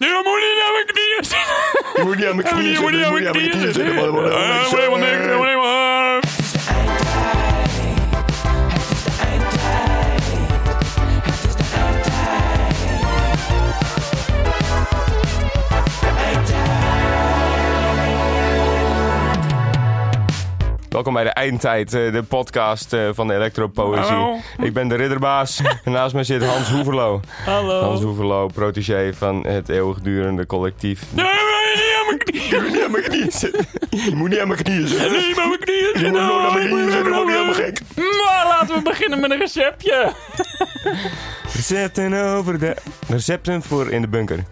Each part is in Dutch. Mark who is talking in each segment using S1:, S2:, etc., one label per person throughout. S1: Nee, dan moet je niet aan mijn knieën zitten.
S2: Je moet niet aan mijn knieën
S1: Je moet niet
S2: zitten.
S1: aan
S2: Je
S1: mijn Eh,
S2: moet niet aan mijn knieën zitten. maar- maar- maar-
S1: helemaal niks, helemaal niks, maar-
S2: Welkom bij de Eindtijd, eh, de podcast eh, van de Elektropoëzie.
S1: Hallo.
S2: Ik ben de ridderbaas en naast mij zit Hans Hoeverlo. Hans
S1: Hallo.
S2: Hoeverlo, protégé van het eeuwigdurende collectief.
S1: Nee, maar je niet aan mijn
S2: Je
S1: knieën.
S2: moet niet aan mijn knieën zitten. Je moet niet aan mijn knieën zitten.
S1: Nee, maar mijn knieën
S2: Je
S1: zitten.
S2: moet nooit aan mijn knieën zitten,
S1: Oh,
S2: word je helemaal
S1: eh,
S2: gek.
S1: Maar laten we beginnen met een receptje.
S2: Recepten over de... Recepten voor in de bunker.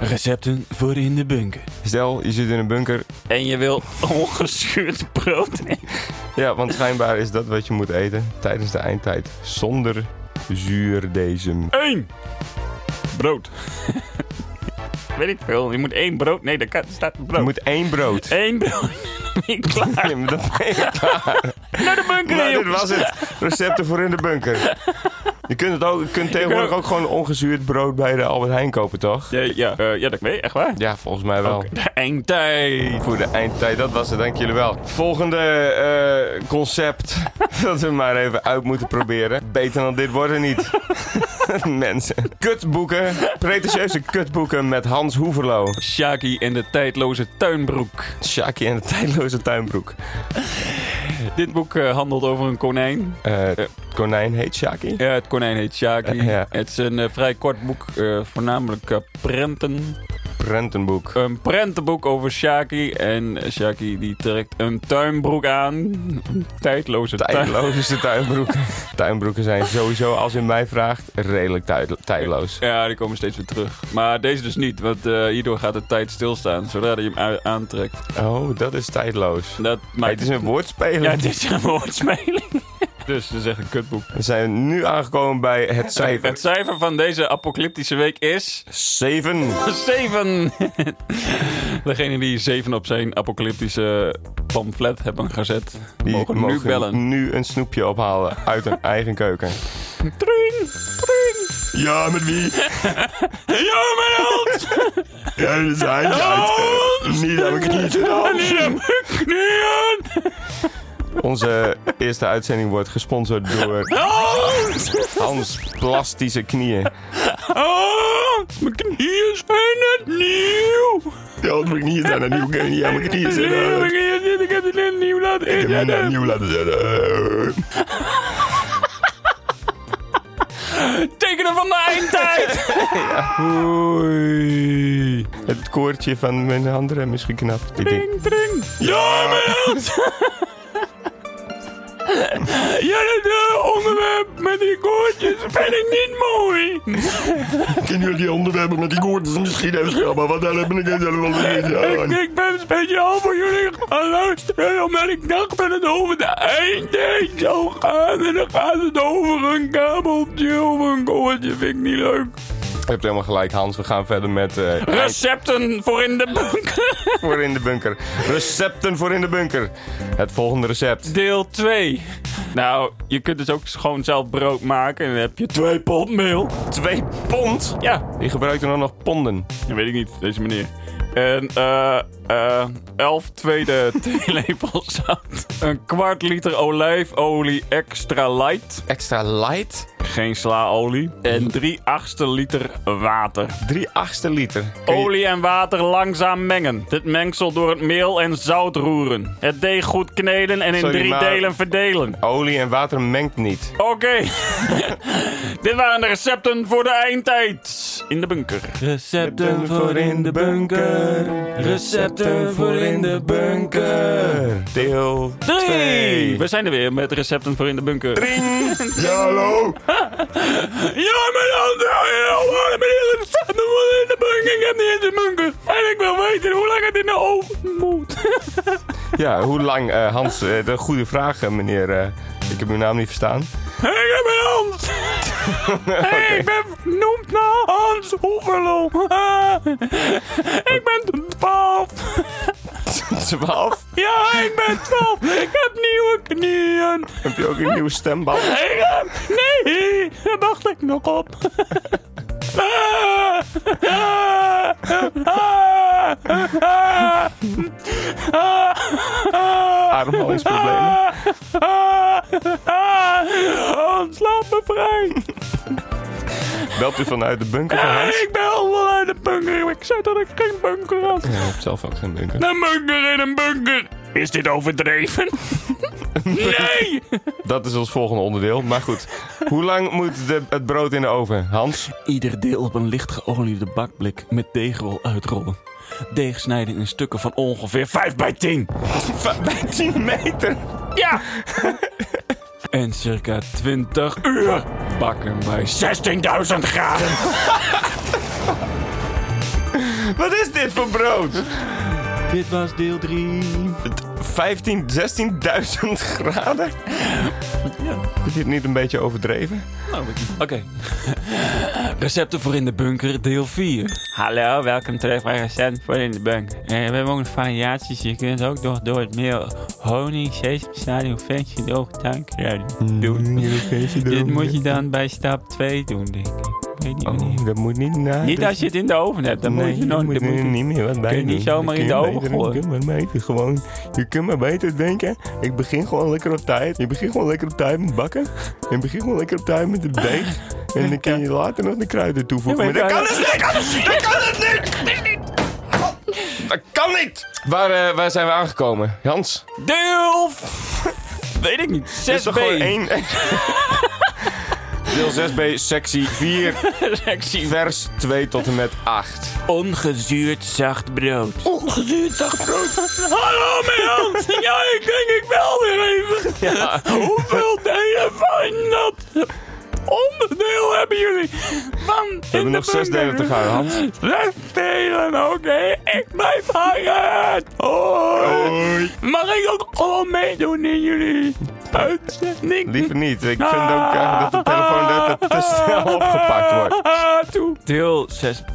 S1: Recepten voor in de bunker.
S2: Stel, je zit in een bunker.
S1: En je wil ongeschuurd brood.
S2: Ja, want schijnbaar is dat wat je moet eten tijdens de Eindtijd. Zonder zuurdesem.
S1: Eén. Brood. Weet ik veel. Je moet één brood. Nee, daar kan- staat
S2: Je
S1: brood.
S2: moet één brood.
S1: Eén brood. Dan ben je klaar.
S2: Ja, maar dat ben je
S1: Naar de bunker,
S2: Nou, dit
S1: jongens.
S2: was het. Recepten voor in de bunker. Je kunt, het ook, je kunt tegenwoordig ook gewoon ongezuurd brood bij de Albert Heijn kopen, toch?
S1: Ja, ja, eh, ja, dat weet je. Echt waar?
S2: Ja, volgens mij wel.
S1: De eindtijd.
S2: Voor de eindtijd, dat was het. Dank jullie wel. Volgende eh, concept dat we maar even uit moeten proberen. Beter dan dit wordt er niet. Mensen. Kutboeken. Pretentieuze kutboeken met Hans Hoeverlo.
S1: Shaki en de tijdloze tuinbroek.
S2: Shaki en de tijdloze tuinbroek.
S1: Dit boek eh, handelt over een konijn.
S2: Eh, het konijn heet Shaki.
S1: Ja, het konijn heet Shaki.
S2: Eh, ja.
S1: Het is een eh, vrij kort boek, eh, voornamelijk eh, prenten.
S2: Prentenboek.
S1: Een prentenboek over Shaki. En eh, Shaki die trekt een tuinbroek aan. Een tijdloze tuin.
S2: Tijdloze tuinbroeken. tuinbroeken zijn sowieso, als u mij vraagt, redelijk tijd- tijdloos.
S1: Ja, die komen steeds weer terug. Maar deze dus niet, want eh, hierdoor gaat de tijd stilstaan zodra je hem a- aantrekt.
S2: Oh, dat is tijdloos.
S1: Dat
S2: Maar
S1: maakt
S2: het is een
S1: Ja,
S2: woordspeling.
S1: het is een woordspeling. Dus dat is echt een kutboek.
S2: We zijn nu aangekomen bij het cijfer
S1: Het cijfer van deze apocalyptische week is...
S2: 7.
S1: 7. Degene die 7 op zijn apocalyptische pamflet hebben gezet,
S2: Die
S1: mogen, Mm. nu bellen.
S2: nu een snoepje ophalen uit hun eigen keuken.
S1: Tring, tring.
S2: Ja, met wie?
S1: Ja, mijn hand!
S2: Ja, dat zijn
S1: Hand!
S2: Oh! Niet aan mijn knieën zitten, Hans.
S1: Die heb ik knieën!
S2: Onze eerste uitzending wordt gesponsord door
S1: Hand!
S2: Hans Plastische Knieën.
S1: Hand! Mijn knieën zijn het nieuw!
S2: Ja, mijn knieën zijn opnieuw. Kun je niet aan mijn knieën
S1: Nee, mijn knieën zitten, ik heb het net nieuw laten inzetten.
S2: nieuw laten zetten.
S1: Tekenen van de eindtijd! Oei.
S2: Het koortje van mijn handrem is geknapt. Ik denk,
S1: Tring, tring.
S2: ja,
S1: Ja, dat eh, onderwerp met die koortjes vind ik niet mooi.
S2: kunnen jullie die onderwerpen met die koortjes misschien even schrappen? Want daar heb ik het helemaal niet
S1: Ik, ik ben speciaal voor jullie gaan luisteren, omdat ik dacht dat het over de eindtijd zou gaan. En dan gaat het over een kabeltje of een koortje, vind ik niet leuk.
S2: Je hebt helemaal gelijk, Hans. We gaan verder met eh,
S1: Recepten voor in de bunker.
S2: voor in de bunker. Recepten voor in de bunker. Het volgende recept.
S1: Deel 2. Nou, je kunt dus ook gewoon zelf brood maken en dan heb je twee pot meel.
S2: Twee pond.
S1: Ja,
S2: Je gebruikt er dan nog ponden.
S1: Dat weet ik niet, deze meneer. En eh, eh, elf tweede theelepels zout. Een kwart liter olijfolie extra light.
S2: Extra light.
S1: Geen slaolie. En drie achtste liter water.
S2: Drie achtste liter. Kun je-
S1: Olie en water langzaam mengen. Dit mengsel door het meel en zout roeren. Het deeg goed kneden en in
S2: Sorry,
S1: drie
S2: maar-
S1: delen verdelen.
S2: Olie en water mengt niet.
S1: Oké. Dit waren de recepten voor de eindtijd. In de bunker.
S2: Recepten voor in de bunker. Recepten voor in de bunker. Deel 2.
S1: We zijn er weer met recepten voor in de bunker.
S2: Ja, hallo.
S1: Ja, mijn handen, ja, maar meneer, het staat nog wel in de bunker. Ik heb niet eens een bunker. En ik wil weten hoe lang het in de oven moet.
S2: Ja, hoe lang, eh, Hans? eh, de goede vraag, eh, meneer. eh, ik heb uw naam niet verstaan.
S1: ik heb een hand. Hey, ik ben vernoemd naar Hans Hoeverlo. Ah, ik ben 12.
S2: 12.
S1: Ja, ik ben 12. Ik heb nieuwe knieën.
S2: Heb je ook een nieuwe stemband?
S1: Ik heb- Nee, daar wacht ik nog op. Ah. ah.
S2: Ademhalingsproblemen.
S1: Ah, Hans, laat me vrij.
S2: Belt u vanuit de bunker van Hans?
S1: Ik bel wel uit de bunker. Ik zei dat ik geen bunker had.
S2: Ja, ik heb zelf ook geen bunker.
S1: Een bunker in een bunker. Is dit overdreven? nee!
S2: Dat is ons volgende onderdeel. Maar goed, hoe lang moet de, het brood in de oven, Hans?
S3: Ieder deel op een licht geoliede bakblik met deegrol uitrollen. Deeg snijden in stukken van ongeveer 5 bij 10
S2: Bij 10 meter.
S1: Ja!
S3: en circa 20 uur bakken bij 6.
S1: 16.000 graden.
S2: Wat is dit voor brood?
S3: Dit was deel 3.
S2: 15, 16.000 graden? Is dit niet een beetje overdreven?
S3: Nou, Oké. Recepten voor in de bunker, deel 4.
S1: Hallo, welkom terug bij Recent voor in de bunker. Eh, we hebben ook nog variaties. Je kunt ook door, door het meel honing, sesamzaad, vetje, doog,
S2: Mm,
S1: tuinkruiden doen. Dit moet je dan bij stap 2 doen, denk ik. Ik weet niet wanneer.
S2: dat moet niet naar.
S1: Niet als je het in de oven hebt, dan moet je nog...
S2: Oh. moet
S1: dan moet je-
S2: niet meer wat bij
S1: je niet
S2: doen.
S1: zomaar in de
S2: Kun je
S1: oven
S2: beter-
S1: gooien.
S2: Je kunt maar beter gewoon... Je kunt maar beter denken... Ik begin gewoon lekker op tijd. Je begint gewoon lekker op tijd met bakken. En je begint gewoon lekker op tijd met het deeg. En dan kun je later nog de kruiden toevoegen.
S1: Ja, maar
S2: maar dat kan
S1: ik-
S2: dus niet! Dat kan het niet! Dat kan dus niet! Waar, eh, waar zijn we aangekomen? Hans?
S1: Deel... Weet ik niet. 6B.
S2: Dit is toch gewoon één... Deel 6b, sectie 4,
S1: Sexy.
S2: vers 2 tot en met 8.
S1: Ongezuurd zacht brood.
S2: Ongezuurd zacht brood.
S1: Hallo, Hans! Ja, ik denk ik wel weer even. Hoeveel delen van dat onderdeel hebben jullie? Van
S2: We hebben nog zes delen te gaan, Hans.
S1: Zes delen, oké. Ik blijf hangen. Hoi.
S2: Hoi.
S1: Mag ik ook gewoon meedoen in jullie uitzending?
S2: Liever niet. Ik
S1: Ah.
S2: vind ook eh, dat de telefoon dat het te snel opgepakt wordt.
S1: Toe.
S3: Deel 6b.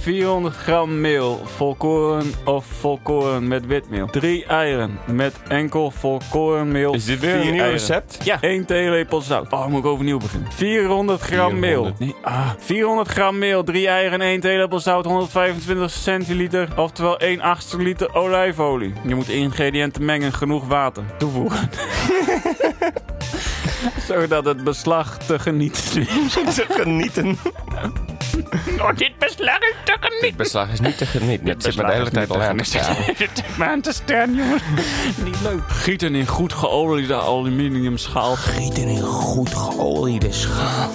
S3: 400 gram meel, volkoren of volkoren met witmeel. 3 eieren met enkel volkorenmeel.
S2: Is dit weer
S3: vier
S2: een nieuw
S3: eieren.
S2: recept?
S3: Ja. 1 theelepel zout. Oh, moet ik overnieuw beginnen. 400 gram
S2: 400.
S3: meel. Nee, ah. 400 gram meel, 3 eieren, 1 theelepel zout, 125 centiliter. Oftewel 1 achtste liter olijfolie. Je moet ingrediënten mengen, genoeg water. Toevoegen. Zodat het beslag te genieten is.
S2: Te genieten.
S1: Oh, dit beslag is te genieten.
S2: Beslag is niet te genieten. Het zit me de hele tijd al aan.
S1: Zit me aan te staan, jongens.
S3: Niet leuk. Gieten in goed geoliede aluminium schaal.
S4: Gieten in goed geoliede schaal.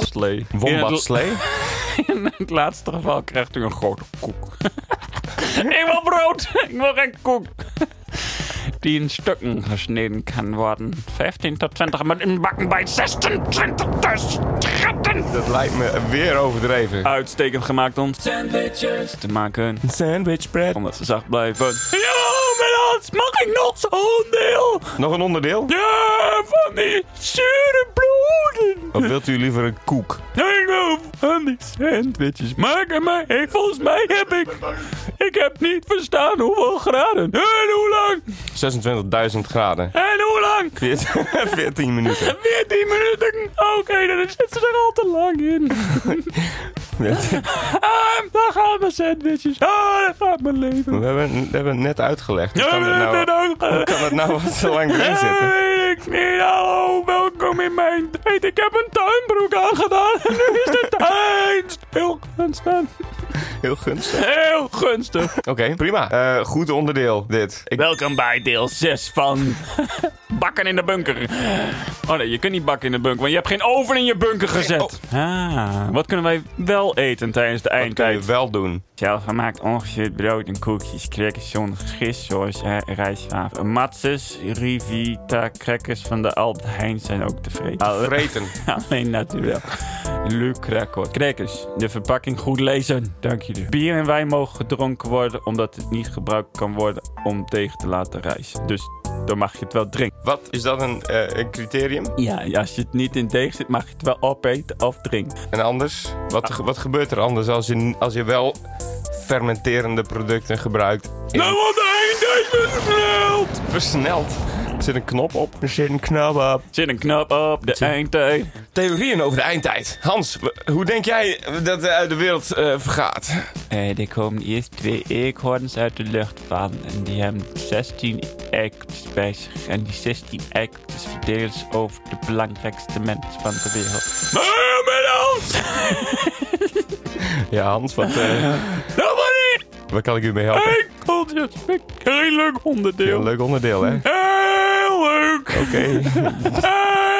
S3: Slee.
S2: Wombat slee.
S3: In het laatste geval krijgt u een grote koek.
S1: Ik wil brood.
S3: Ik wil geen koek. Die in stukken gesneden kan worden. 15 tot 20 met inbakken bij
S1: 26.000 graden.
S2: Dat lijkt me weer overdreven.
S3: Uitstekend gemaakt om sandwiches te maken.
S2: Sandwich bread.
S3: Omdat ze zacht blijven.
S1: Ja, mijn Hans, mag ik nog zo'n deel?
S2: Nog een onderdeel?
S1: Ja, van die zure broden.
S2: Of wilt u liever een koek?
S1: Ik wil van die sandwiches maken, maar ik, volgens mij heb ik... Ik heb niet verstaan hoeveel graden. En hoe lang?
S2: 26.000 graden.
S1: En hoe lang?
S2: 14, 14 minuten.
S1: 14 minuten. Oké, dan zitten ze er al te lang in. Ah, daar gaan mijn sandwiches. Ah, daar gaat mijn leven.
S2: We hebben, we hebben het net uitgelegd. Hoe
S1: Ja,
S2: kan het
S1: dat
S2: nou,
S1: ook.
S2: hoe kan het nou wat zo lang erin
S1: Ja,
S2: zitten?
S1: weet ik niet. Hallo, welkom in mijn tijd. Ik heb een tuinbroek aangedaan en nu is de tuin heel gunstig.
S2: Heel gunstig.
S1: Heel gunstig.
S2: Oké, prima. Eh, goed onderdeel, dit. Ik
S3: Welkom bij deel 6 van Bakken in de bunker. Oh nee, je kunt niet bakken in de bunker, want je hebt geen oven in je bunker gezet. Ah, wat kunnen wij wel eten tijdens de
S2: kan je
S3: eindtijd?
S2: wel doen.
S3: Zelfgemaakt ongezuurd brood en koekjes, crackers zonder gist, zoals eh, rijstwafel. Matzes, Rivita, crackers van de Albert Heijn zijn ook tevreden. Alle-
S2: Vreten.
S3: Alleen natuurlijk. Lucraco. Crackers, de verpakking goed lezen. Dank jullie. Bier en wijn mogen gedronken worden, omdat het niet gebruikt kan worden om tegen te laten rijzen. Dus dan mag je het wel drinken.
S2: Wat is dat een, eh, een criterium?
S3: Ja, als je het niet in deeg zit, mag je het wel opeten of drinken.
S2: En anders? Wat, ge- wat gebeurt er anders als je, als je wel fermenterende producten gebruikt? In-
S1: Nou, wat een eindtijd versneld.
S2: versneld. Zit een knop op? Er zit een knop op.
S3: Zit een knop op de eindtijd.
S2: Theorieën over de eindtijd. Hans, w- hoe denk jij dat eh, de wereld eh, vergaat?
S1: Eh, er komen eerst twee eekhoorns uit de lucht vallen. En die hebben 16 acts bij zich. En die 16 acts verdelen ze over de belangrijkste mensen van de wereld.
S2: Met Hans! ja, Hans, wat, eh,
S3: Nobody!
S2: waar kan ik u mee helpen?
S3: Eindtijd is een heel leuk onderdeel.
S2: Heel leuk onderdeel, hè?
S3: Heel leuk.
S2: Oké,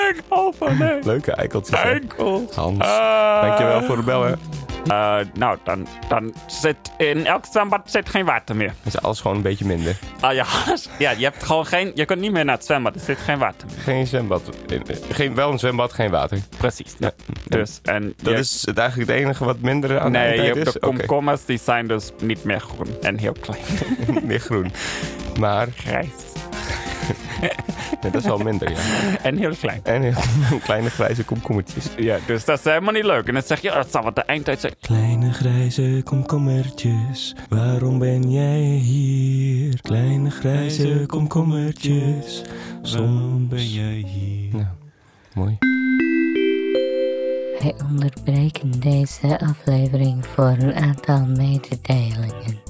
S3: Enkel van de
S2: leuke eikeltjes. hè?
S3: enkel.
S2: Hans, dankjewel voor het bellen.
S3: Eh, nou, dan, dan zit in elk zwembad zit geen water meer.
S2: Is alles gewoon een beetje minder.
S3: Ah ja, ja, je hebt gewoon geen... Je kunt niet meer naar het zwembad. Er zit geen water meer.
S2: Geen zwembad. eh, Geen, wel een zwembad, geen water.
S3: Precies.
S2: Ja.
S3: Dus, en...
S2: Dat
S3: je-
S2: is het eigenlijk het enige wat minder aan de
S3: Nee, je
S2: eindtijd
S3: hebt
S2: is?
S3: de
S2: Oké,
S3: komkommers die zijn dus niet meer groen. En heel klein.
S2: niet meer groen. Maar
S3: Grijs.
S2: nee, dat is wel minder, ja.
S3: En heel klein.
S2: En heel kleine grijze komkommertjes.
S3: Ja, dus dat is helemaal niet leuk. En dan zeg je, oh, dat zal wat de eindtijd zijn.
S4: Kleine grijze komkommertjes, waarom ben jij hier? Kleine grijze komkommertjes, soms ben jij...
S1: hier?
S2: Nou, mooi.
S5: Wij onderbreken deze aflevering voor een aantal mededelingen.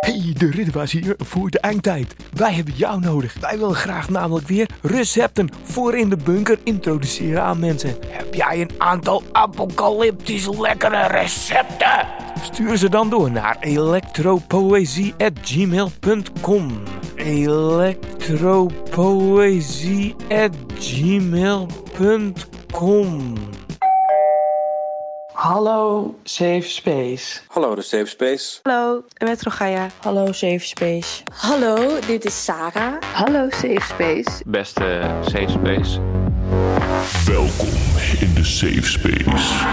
S6: Hey, de Ridderbaas hier voor de eindtijd. Wij hebben jou nodig. Wij willen graag namelijk weer recepten voor in de bunker introduceren aan mensen. Heb jij een aantal apocalyptisch lekkere recepten? Stuur ze dan door naar electropoëzie@gmail.com. electropoëzie@gmail.com.
S7: Hallo Safe Space.
S8: Hallo de Safe Space.
S9: Hallo, met Rogaya.
S10: Hallo Safe Space.
S11: Hallo, dit is Sarah.
S10: Hallo Safe Space.
S12: Welkom in de safe space.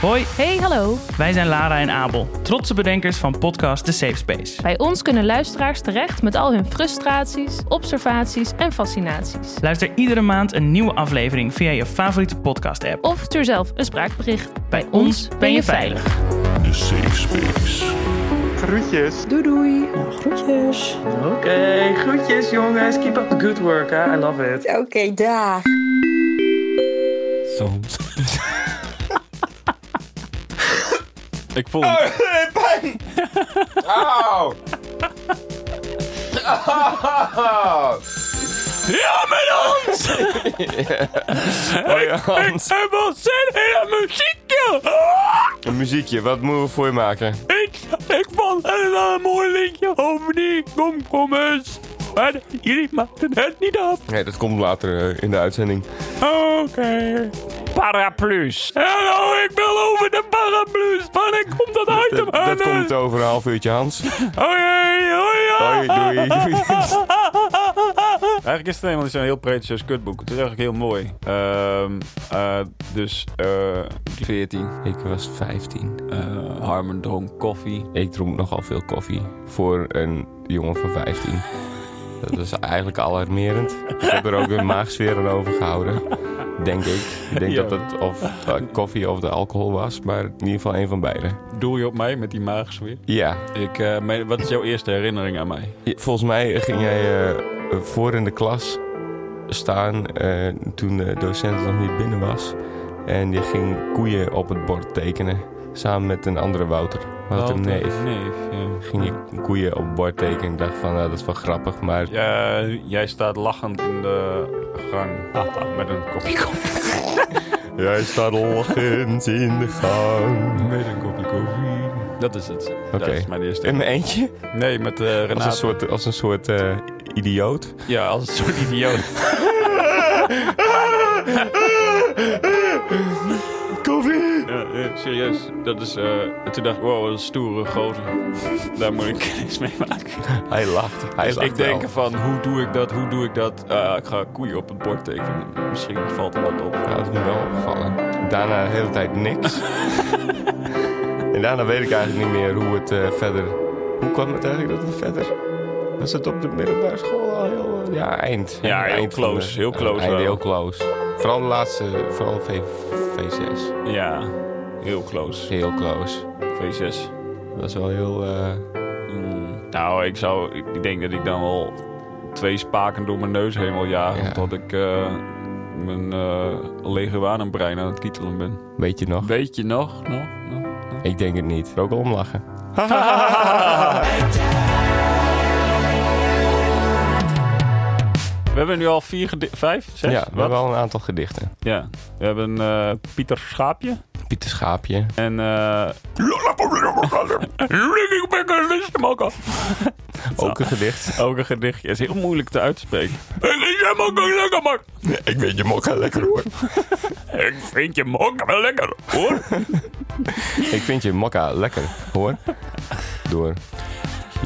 S7: Hoi,
S10: Hey, hallo.
S7: wij zijn Lara en Abel, trotse bedenkers van podcast The Safe Space.
S10: Bij ons kunnen luisteraars terecht met al hun frustraties, observaties en fascinaties.
S7: Luister iedere maand een nieuwe aflevering via je favoriete podcast-app.
S10: Of stuur zelf een spraakbericht.
S7: Bij ons ben je veilig.
S12: De safe space.
S10: Groetjes.
S7: Oké, groetjes jongens. Keep up the good work, hè. I love it.
S11: Oké, daar.
S1: Soms.
S3: Ik voel hem.
S2: Oh, pijn! Auw! Ja, met ons! Hoi Hans,
S3: En wat zijn hele muziekje?
S2: een muziekje, wat moeten we voor je maken?
S3: Ik, ik vond het wel een eh, mooi liedje over die komkommers. Maar jullie maakten het niet af.
S2: Nee, dat komt later eh, in de uitzending.
S3: Oké. Paraplu's. Hallo, ik wil over de paraplu's. Wanneer komt dat uit?
S2: Dat, dat komt over een half uurtje, Hans.
S3: Hoi,
S2: Hoi, doei.
S3: Eigenlijk is het helemaal niet zo'n heel pretentieus kutboek. Het is eigenlijk heel mooi. Ehm, eh, dus eh
S2: 14, ik was 15.
S3: eh, Harmon dronk koffie.
S2: Ik dronk nogal veel koffie voor een jongen van 15. Dat was eigenlijk alarmerend. Ik heb er ook een maagsfeer aan overgehouden. Denk ik. Ik denk
S3: Ja.
S2: dat het of eh, koffie of de alcohol was, maar in ieder geval een van beide.
S3: Doel je op mij met die maagsfeer?
S2: Ja,
S3: Ik, eh, mijn- wat is jouw eerste herinnering aan mij?
S2: Je- volgens mij ging jij eh, voor in de klas staan eh, toen de docent nog niet binnen was. En je ging koeien op het bord tekenen. Samen met een andere Wouter. Wouter Neef.
S3: Nee.
S2: Ging je koeien op het bord tekenen. Ik dacht van, nou, dat is wel grappig, maar...
S3: Ja, jij staat lachend in de gang Haha, Ah, met een kopje koffie.
S2: Jij staat lachend in de gang.
S3: Met een kopje koffie. Dat is het. Dat
S2: Oké.
S3: is mijn eerste.
S2: In mijn eentje?
S3: Nee, met eh Renate.
S2: Als een soort, als een soort eh, idioot.
S3: Ja, als een soort idioot.
S2: Koffie!
S3: Ja, eh, serieus, dat is... eh, toen dacht ik, wow, wat een stoere gozer. Daar moet ik niks mee maken.
S2: Hij lacht. Hij
S3: Dus
S2: lacht
S3: ik denk
S2: wel.
S3: van, hoe doe ik dat, hoe doe ik dat? Eh, ik ga koeien op het bord tekenen. Misschien valt er wat op.
S2: Ja, dat is me wel opgevallen. Daarna de hele tijd niks. en daarna weet ik eigenlijk niet meer hoe het eh, verder... Hoe kwam het eigenlijk dat het verder... Was het op de middelbare school al heel... eh, Ja, eind.
S3: Ja, heel
S2: Eind van
S3: close, heel close
S2: eind,
S3: wel.
S2: heel close. Vooral de laatste, vooral v, V6.
S3: Ja, heel close.
S2: Heel close.
S3: V6.
S2: Dat was wel heel... eh,
S3: Nou, ik zou... Ik denk dat ik dan wel twee spaken door mijn neus heen wil jagen.
S2: Ja.
S3: Omdat ik eh, mijn eh leguanenbrein aan het kietelen ben.
S2: Weet je nog?
S3: Weet je nog? nog? nog?
S2: Ik denk het niet. Ook al omlachen.
S3: We hebben nu al vier, gedi- vijf, zes?
S2: Ja, we
S3: Wat?
S2: hebben al een aantal gedichten.
S3: Ja, we hebben eh, Pieter Schaapje
S2: Pieter Schaapje.
S3: en... eh Ringingbekker Listemakker.
S2: Ook een gedicht.
S3: Ook een gedichtje. is heel moeilijk te uitspreken.
S2: Ik weet je mokka lekker hoor.
S3: Ik vind je mok wel lekker, hoor.
S2: Ik vind je mokka lekker hoor. Door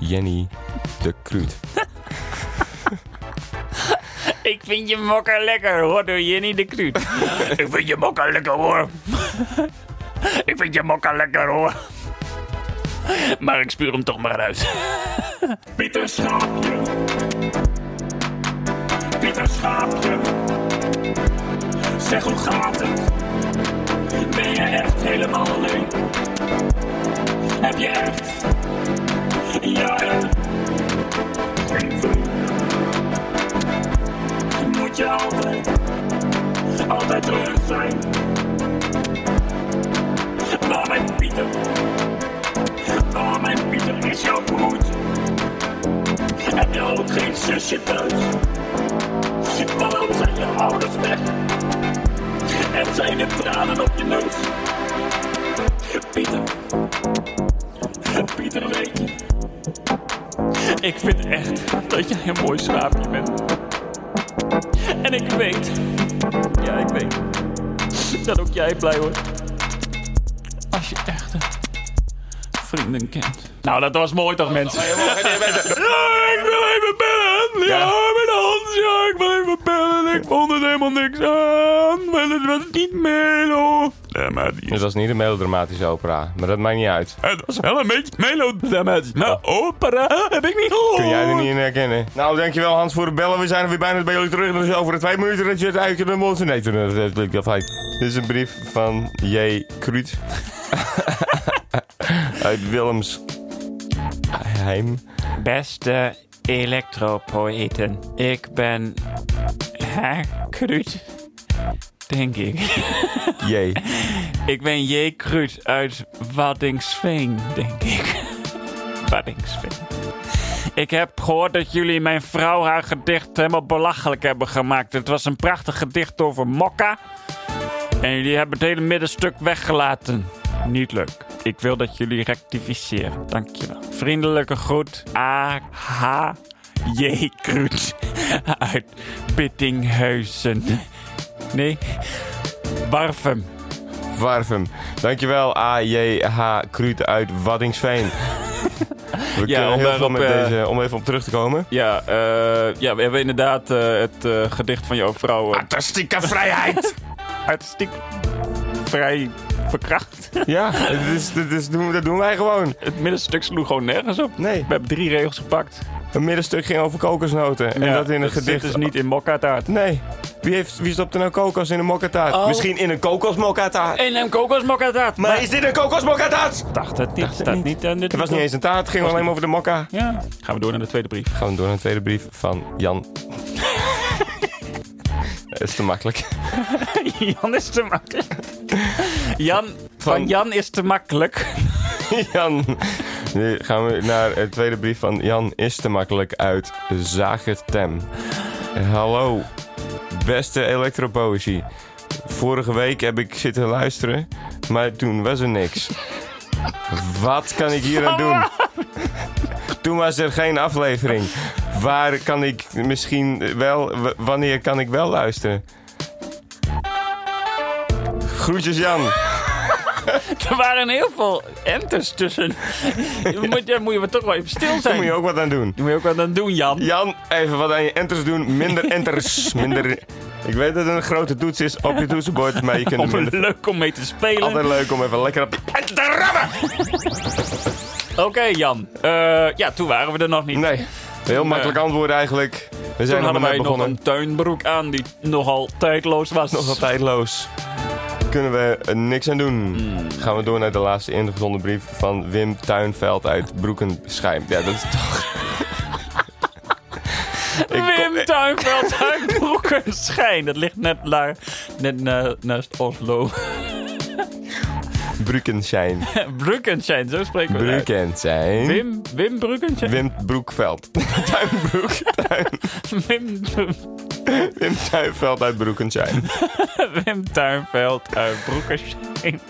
S2: Jenny de Kruid.
S3: Ik vind je mokka lekker hoor, door Jenny de Kruid. Ik vind je mokka lekker hoor. Ik vind je mokka lekker hoor. Maar ik spuur hem toch maar uit. Pieter Schaapje. Pieter Schaapje. Zeg hoe gaat het? Ben je echt helemaal alleen? Heb je echt? Ja, echt. Geen vriend moet je altijd, altijd terug zijn. Maar mijn Pieter, maar mijn Pieter is jouw broer. Heb je ook geen zusje thuis? Waarom zijn je ouders weg? En zijn de tranen op je neus? Pieter, Pieter weet je. Ik vind echt dat jij een mooi schaapje bent. En ik weet, ja, ik weet, dat ook jij blij wordt. Als je echte vrienden kent. Nou, dat was mooi toch, mensen? Ja, ik wil even bellen. Ja, mijn hand. Ja, ik wil even bellen. Ik vond het helemaal niks aan. Maar het was niet melo.
S2: Dus dat is niet een melodramatische opera. Maar dat maakt niet uit.
S3: Het was wel een beetje melodramatisch. Maar Nou, opera heb ik niet gehoord.
S2: Kun jij er niet in herkennen? Nou, dankjewel Hans voor het bellen. We zijn er weer bijna bij jullie terug. Dus over de twee minuten dat je het uit de mond... Nee, toen- eh, dat dat- dat- dat- Dit is een brief van J. Kruid. Uit Willems... Heim.
S1: Beste elektropoëten, ik ben haar Kruut, denk ik.
S2: J.
S1: Ik ben J. Kruut uit Waddingsveen, denk ik. Waddingsveen. Ik heb gehoord dat jullie mijn vrouw haar gedicht helemaal belachelijk hebben gemaakt. Het was een prachtig gedicht over mokka. En jullie hebben het hele middenstuk weggelaten. Niet leuk. Ik wil dat jullie rectificeren. Dankjewel. Vriendelijke groet. A.H. J. Kruut. Uit Pittinghuizen. Nee. Warfum.
S2: Warfum. Dankjewel A.J.H. Kruut uit Waddingsveen. We kunnen
S3: om
S2: heel
S3: daar
S2: veel
S3: op,
S2: met
S3: eh,
S2: deze... Om even op terug te komen.
S3: Ja, eh, ja, we hebben inderdaad eh, het eh, gedicht van jouw vrouw eh,
S2: Artistieke vrijheid!
S3: artistiek vrij verkracht.
S2: ja, dit is, dit is, doen we- dat doen wij gewoon.
S3: Het middenstuk sloeg gewoon nergens op.
S2: Nee.
S3: We hebben drie regels gepakt.
S2: Een middenstuk ging over kokosnoten. En
S3: Ja,
S2: dat in een
S3: zit
S2: gedicht.
S3: dus niet in mokka taart.
S2: Nee. Wie, heeft, wie stopt er nou kokos in een mokkataart?
S3: Oh.
S2: Misschien in een kokosmokkataart.
S1: En een kokosmokka taart.
S2: Maar is dit een kokosmokkataart?
S1: Dacht het niet. staat niet. aan de
S2: Het was niet eens een taart, het ging alleen maar over de mokka.
S3: Ja. Gaan we door naar de tweede brief.
S2: Gaan we door naar de tweede brief van Jan. Dat is te makkelijk.
S1: Jan is te makkelijk. Jan,
S2: Van-
S1: eh. van Jan is te makkelijk.
S2: Jan. Nu gaan we naar de tweede brief van Jan is te makkelijk uit Zagertem. Hallo, beste elektropoëzie. Vorige week heb ik zitten luisteren, maar toen was er niks. Wat kan ik hier aan doen? Toen was er geen aflevering. Waar kan ik misschien wel, w- wanneer kan ik wel luisteren? Groetjes Jan.
S1: Er waren heel veel enters tussen. Je moet, daar moet je maar toch wel even stil
S2: Daar
S1: zijn.
S2: moet je ook wat aan doen.
S1: Daar moet je ook wat aan doen, Jan.
S2: Jan, even wat aan je enters doen. Minder enters. Minder... Ik weet dat het een grote toets is op je toetsenbord, maar je kunt
S1: Om
S2: hem minder...
S1: leuk om mee te spelen.
S2: Altijd leuk om even lekker op je enter te rammen.
S1: Oké, Jan. Eh, ja, toen waren we er nog niet.
S2: Nee, heel makkelijk antwoord eigenlijk. We zijn
S1: Toen
S2: er
S1: hadden
S2: maar mee
S1: wij nog
S2: begonnen.
S1: een tuinbroek aan die nogal tijdloos was.
S2: Nogal tijdloos. Kunnen we eh, niks aan doen.
S1: Hmm.
S2: Gaan we door naar de laatste ingezonden brief van Wim Tuinveld uit Broekenschijn. Ja, dat is toch...
S1: Wim Tuinveld uit Broekenschijn. Dat ligt net, la- net na- naast Oslo.
S2: Brukenschein.
S1: Broekenschijn, zo spreken we het uit.
S2: Brukenschein.
S1: Wim, Wim Broekenschijn?
S2: Wim Broekveld. Tuinbroek. Tuin-
S1: Wim,
S2: Wim Tuinveld uit Broekenschein.
S1: Wim Tuinveld uit Broekenschijn.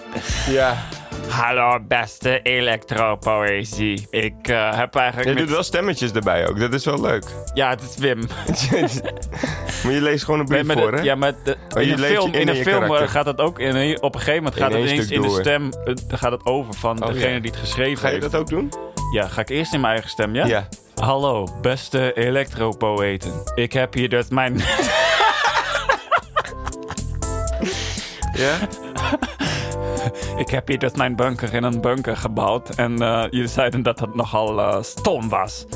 S2: Ja.
S1: Hallo beste elektropoëzie. Ik eh, heb eigenlijk...
S2: Je
S1: met-
S2: doet wel stemmetjes erbij ook. Dat is wel leuk.
S1: Ja, het is Wim.
S2: maar je leest gewoon een brief
S1: Nee, maar
S2: voor,
S1: dat-
S2: hè?
S1: ja, maar de-
S2: Oh, je
S1: in een
S2: leest je
S1: film,
S2: in
S1: in een
S2: je
S1: film eh,
S2: karakter.
S1: gaat dat ook in, op een gegeven moment gaat
S2: In
S1: het
S2: één
S1: ineens
S2: stuk
S1: in de
S2: door.
S1: stem eh, gaat het over van
S2: Oh,
S1: degene
S2: ja.
S1: die het geschreven
S2: Ga je
S1: heeft.
S2: dat ook doen?
S1: Ja, ga ik eerst in mijn eigen stem, ja?
S2: Ja.
S1: Hallo, beste elektropoëten. Ik heb hier dus mijn...
S2: Ja?
S1: ik heb hier dus mijn bunker in een bunker gebouwd. En eh, jullie zeiden dat het nogal eh, stom was.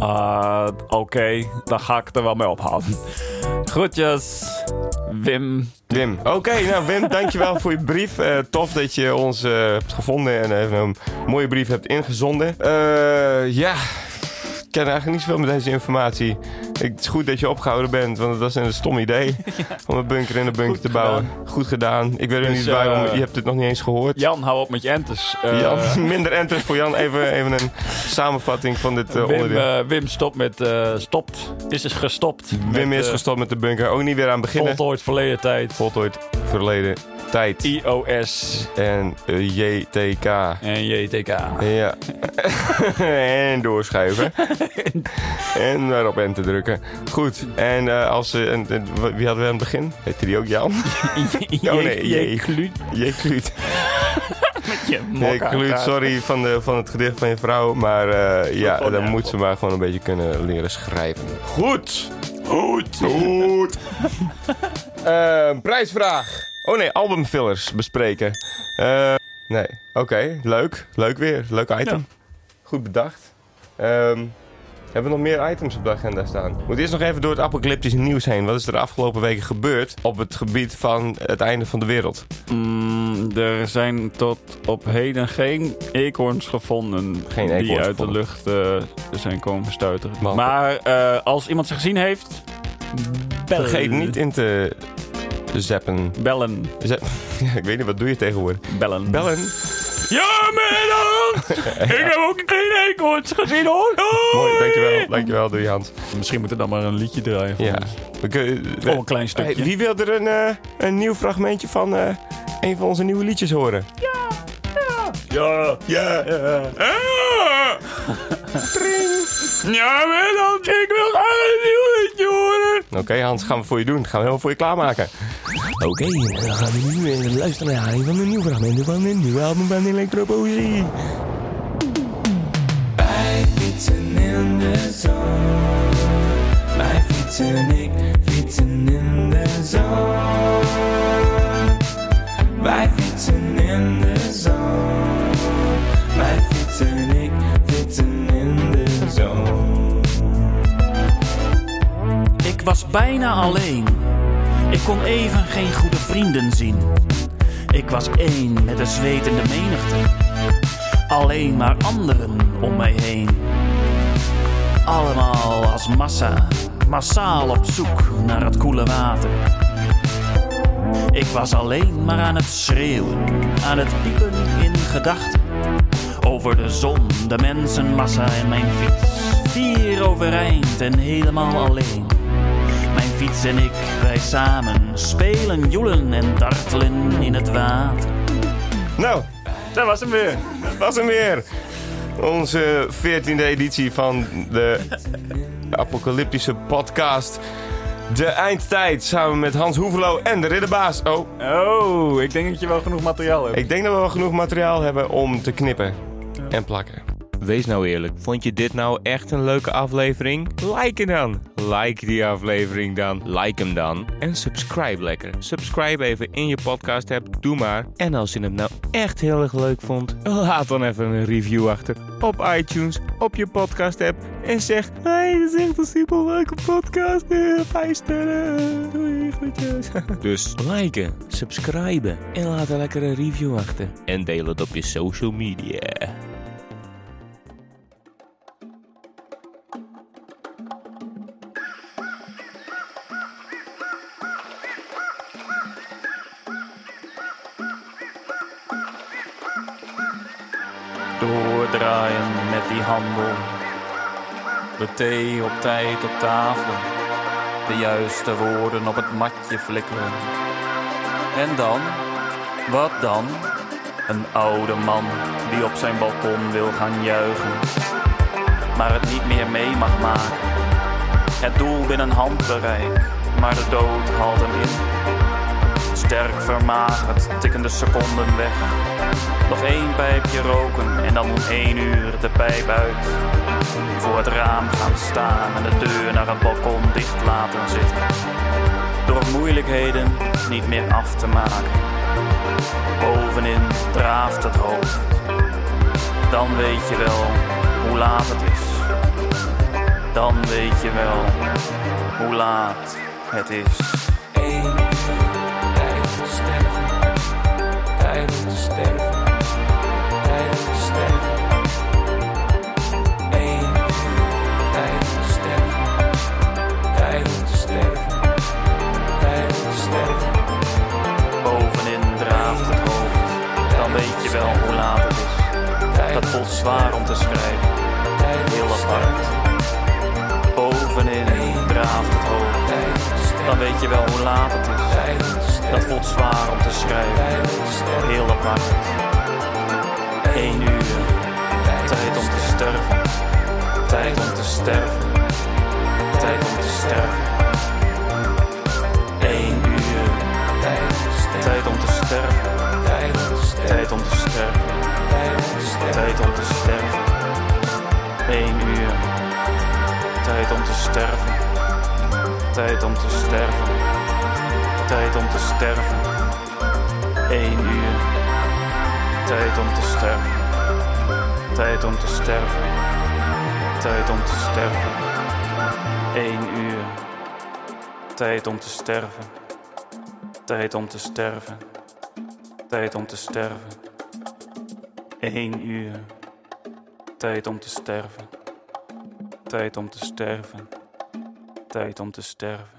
S1: Eh, Oké, dan ga ik er wel mee ophouden. Groetjes, Wim.
S2: Wim. Oké, nou Wim, dankjewel voor je brief. Eh, tof dat je ons eh, hebt gevonden en even een mooie brief hebt ingezonden. Eh, ja, ik ken eigenlijk niet zoveel met deze informatie. Ik, het is goed dat je opgehouden bent, want het was een stom idee om een bunker in een bunker
S1: Goed
S2: te bouwen. Goed gedaan. Ik weet ook
S1: Dus,
S2: niet waarom,
S1: eh,
S2: je hebt het nog niet eens gehoord.
S1: Jan, hou op met je entes. Eh,
S2: Jan, minder enters voor Jan. Even, even een samenvatting van dit eh,
S1: Wim,
S2: onderdeel.
S1: eh, Wim stopt met... eh, stopt. Is dus gestopt.
S2: Wim
S1: met,
S2: is
S1: eh,
S2: gestopt met de bunker. Ook niet weer aan beginnen.
S1: Voltooid verleden tijd.
S2: Voltooid verleden tijd.
S1: IOS
S2: En eh, JTK.
S1: en JTK.
S2: Ja. en doorschuiven. en daarop en te drukken. Goed. En eh, als ze. en- en wie hadden we aan het begin? Heette die ook Jan? Oh, nee,
S1: Je-
S2: jee.
S1: je gluut
S2: J. Kluut.
S1: je
S2: J.
S1: mokka
S2: Kluut,
S1: elkaar.
S2: sorry van, de, van het gedicht van je vrouw. Maar eh, ja,
S1: gewoon
S2: dan
S1: erg
S2: moet ze maar gewoon een beetje kunnen leren schrijven. Goed. Goed. Goed. Eh, prijsvraag. Oh nee, albumfillers bespreken. Eh, nee. Oké, leuk. Leuk weer. Leuk item. Goed bedacht. Ehm, hebben we nog meer items op de agenda staan? We moeten eerst nog even door het apocalyptische nieuws heen. Wat is er de afgelopen weken gebeurd op het gebied van het einde van de wereld?
S1: Mm, er zijn tot op heden geen eekhoorns gevonden.
S2: Geen
S1: die
S2: eekhoorns
S1: uit de
S2: gevonden.
S1: lucht eh, zijn komen stuiteren.
S2: Want-
S1: Maar eh, als iemand ze gezien heeft, bellen.
S2: Vergeet niet in te zappen.
S1: Bellen.
S2: Zap- Ja, ik weet niet, wat doe je tegenwoordig?
S1: Bellen.
S2: Bellen.
S1: Ja, meneer! Ik heb ook geen eekhoorns gezien hoor! Doei!
S2: Mooi, dankjewel. Dankjewel, doe je hand.
S1: Misschien moeten we dan maar een liedje draaien.
S2: Ja.
S1: volgens-
S2: We kunnen-
S1: Oh, een klein
S2: Hey,
S1: stukje.
S2: wie wil er een, eh, een nieuw fragmentje van eh, een van onze nieuwe liedjes horen?
S1: Ja, ja, ja. Ja, maar dan, ik wil graag een nieuw liedje horen.
S2: Oké, Hans, gaan we voor je doen. Gaan we helemaal voor je klaarmaken.
S6: Oké, dan gaan we nu eh, luisteren naar een van de nieuwe fragmenten van een nieuwe album van Electropoëzie. Wij fietsen in de zon. Wij fietsen, ik fietsen in de zon. Wij fietsen in de zon. Wij fietsen, ik fietsen in de zon.
S7: Ik was bijna alleen. Ik kon even geen goede vrienden zien. Ik was één met de zwetende menigte. Alleen maar anderen om mij heen. Allemaal als massa, massaal op zoek naar het koele water. Ik was alleen maar aan het schreeuwen, aan het piepen in gedachten. Over de zon, de mensenmassa en mijn fiets. Vier overeind en helemaal alleen. Mijn fiets en ik, wij samen, spelen, joelen en dartelen in het water.
S2: Nou,
S1: Dat was hem weer.
S2: dat was hem weer. Onze veertiende editie van de apocalyptische podcast. De eindtijd samen met Hans Hoevelo en de ridderbaas. Oh,
S1: Oh, ik denk dat je wel genoeg materiaal hebt.
S2: ik denk dat we wel genoeg materiaal hebben om te knippen en plakken. Wees nou eerlijk, vond je dit nou echt een leuke aflevering? Like hem dan. Like die aflevering dan. Like hem dan. En subscribe lekker. Subscribe even in je podcast app, doe maar.
S6: En als je hem nou echt heel erg leuk vond, laat dan even een review achter op iTunes, op je podcast app en zeg: Hé, hey, dit is echt een super leuke podcast. eh, Vijf sterren. Doei, groetjes. Dus liken, subscriben en laat een lekkere review achter. En deel het op je social media.
S7: doordraaien met die handel. De thee op tijd op tafel. De juiste woorden op het matje flikkeren. En dan? Wat dan? Een oude man die op zijn balkon wil gaan juichen. Maar het niet meer mee mag maken. Het doel binnen handbereik, maar de dood haalt hem in. Sterk vermagerd tikken de seconden weg. Nog één pijpje roken en dan om één uur de pijp uit. Voor het raam gaan staan en de deur naar het balkon dicht laten zitten. Door moeilijkheden niet meer af te maken. Bovenin draaft het hoofd. Dan weet je wel hoe laat het is. Dan weet je wel hoe laat het is.
S8: Tijd om te sterven. Tijd om te sterven. Tijd om te sterven. Eén. Tijd om te sterven. Tijd om te sterven. Tijd om te sterven.
S7: Bovenin draaft het hoofd. Dan weet je wel hoe laat het is. Dat voelt zwaar om te schrijven. Heel apart. Bovenin draaft het hoofd. Dan weet je wel hoe laat het is. Dat voelt zwaar om te schrijven. Heel apart. Eén uur. Tijd om te sterven. Tijd om te sterven. Tijd om te sterven. Eén uur. Tijd om te sterven. Tijd om te sterven. Tijd om te sterven. Eén uur. Tijd om te sterven. Tijd om te sterven. Tijd om te sterven. Eén uur. Tijd om te sterven. Tijd om te sterven. Tijd om te sterven. Eén uur. Tijd om te sterven. Tijd om te sterven. Tijd om te sterven. Eén uur. Tijd om te sterven. Tijd om te sterven. Tijd om te sterven.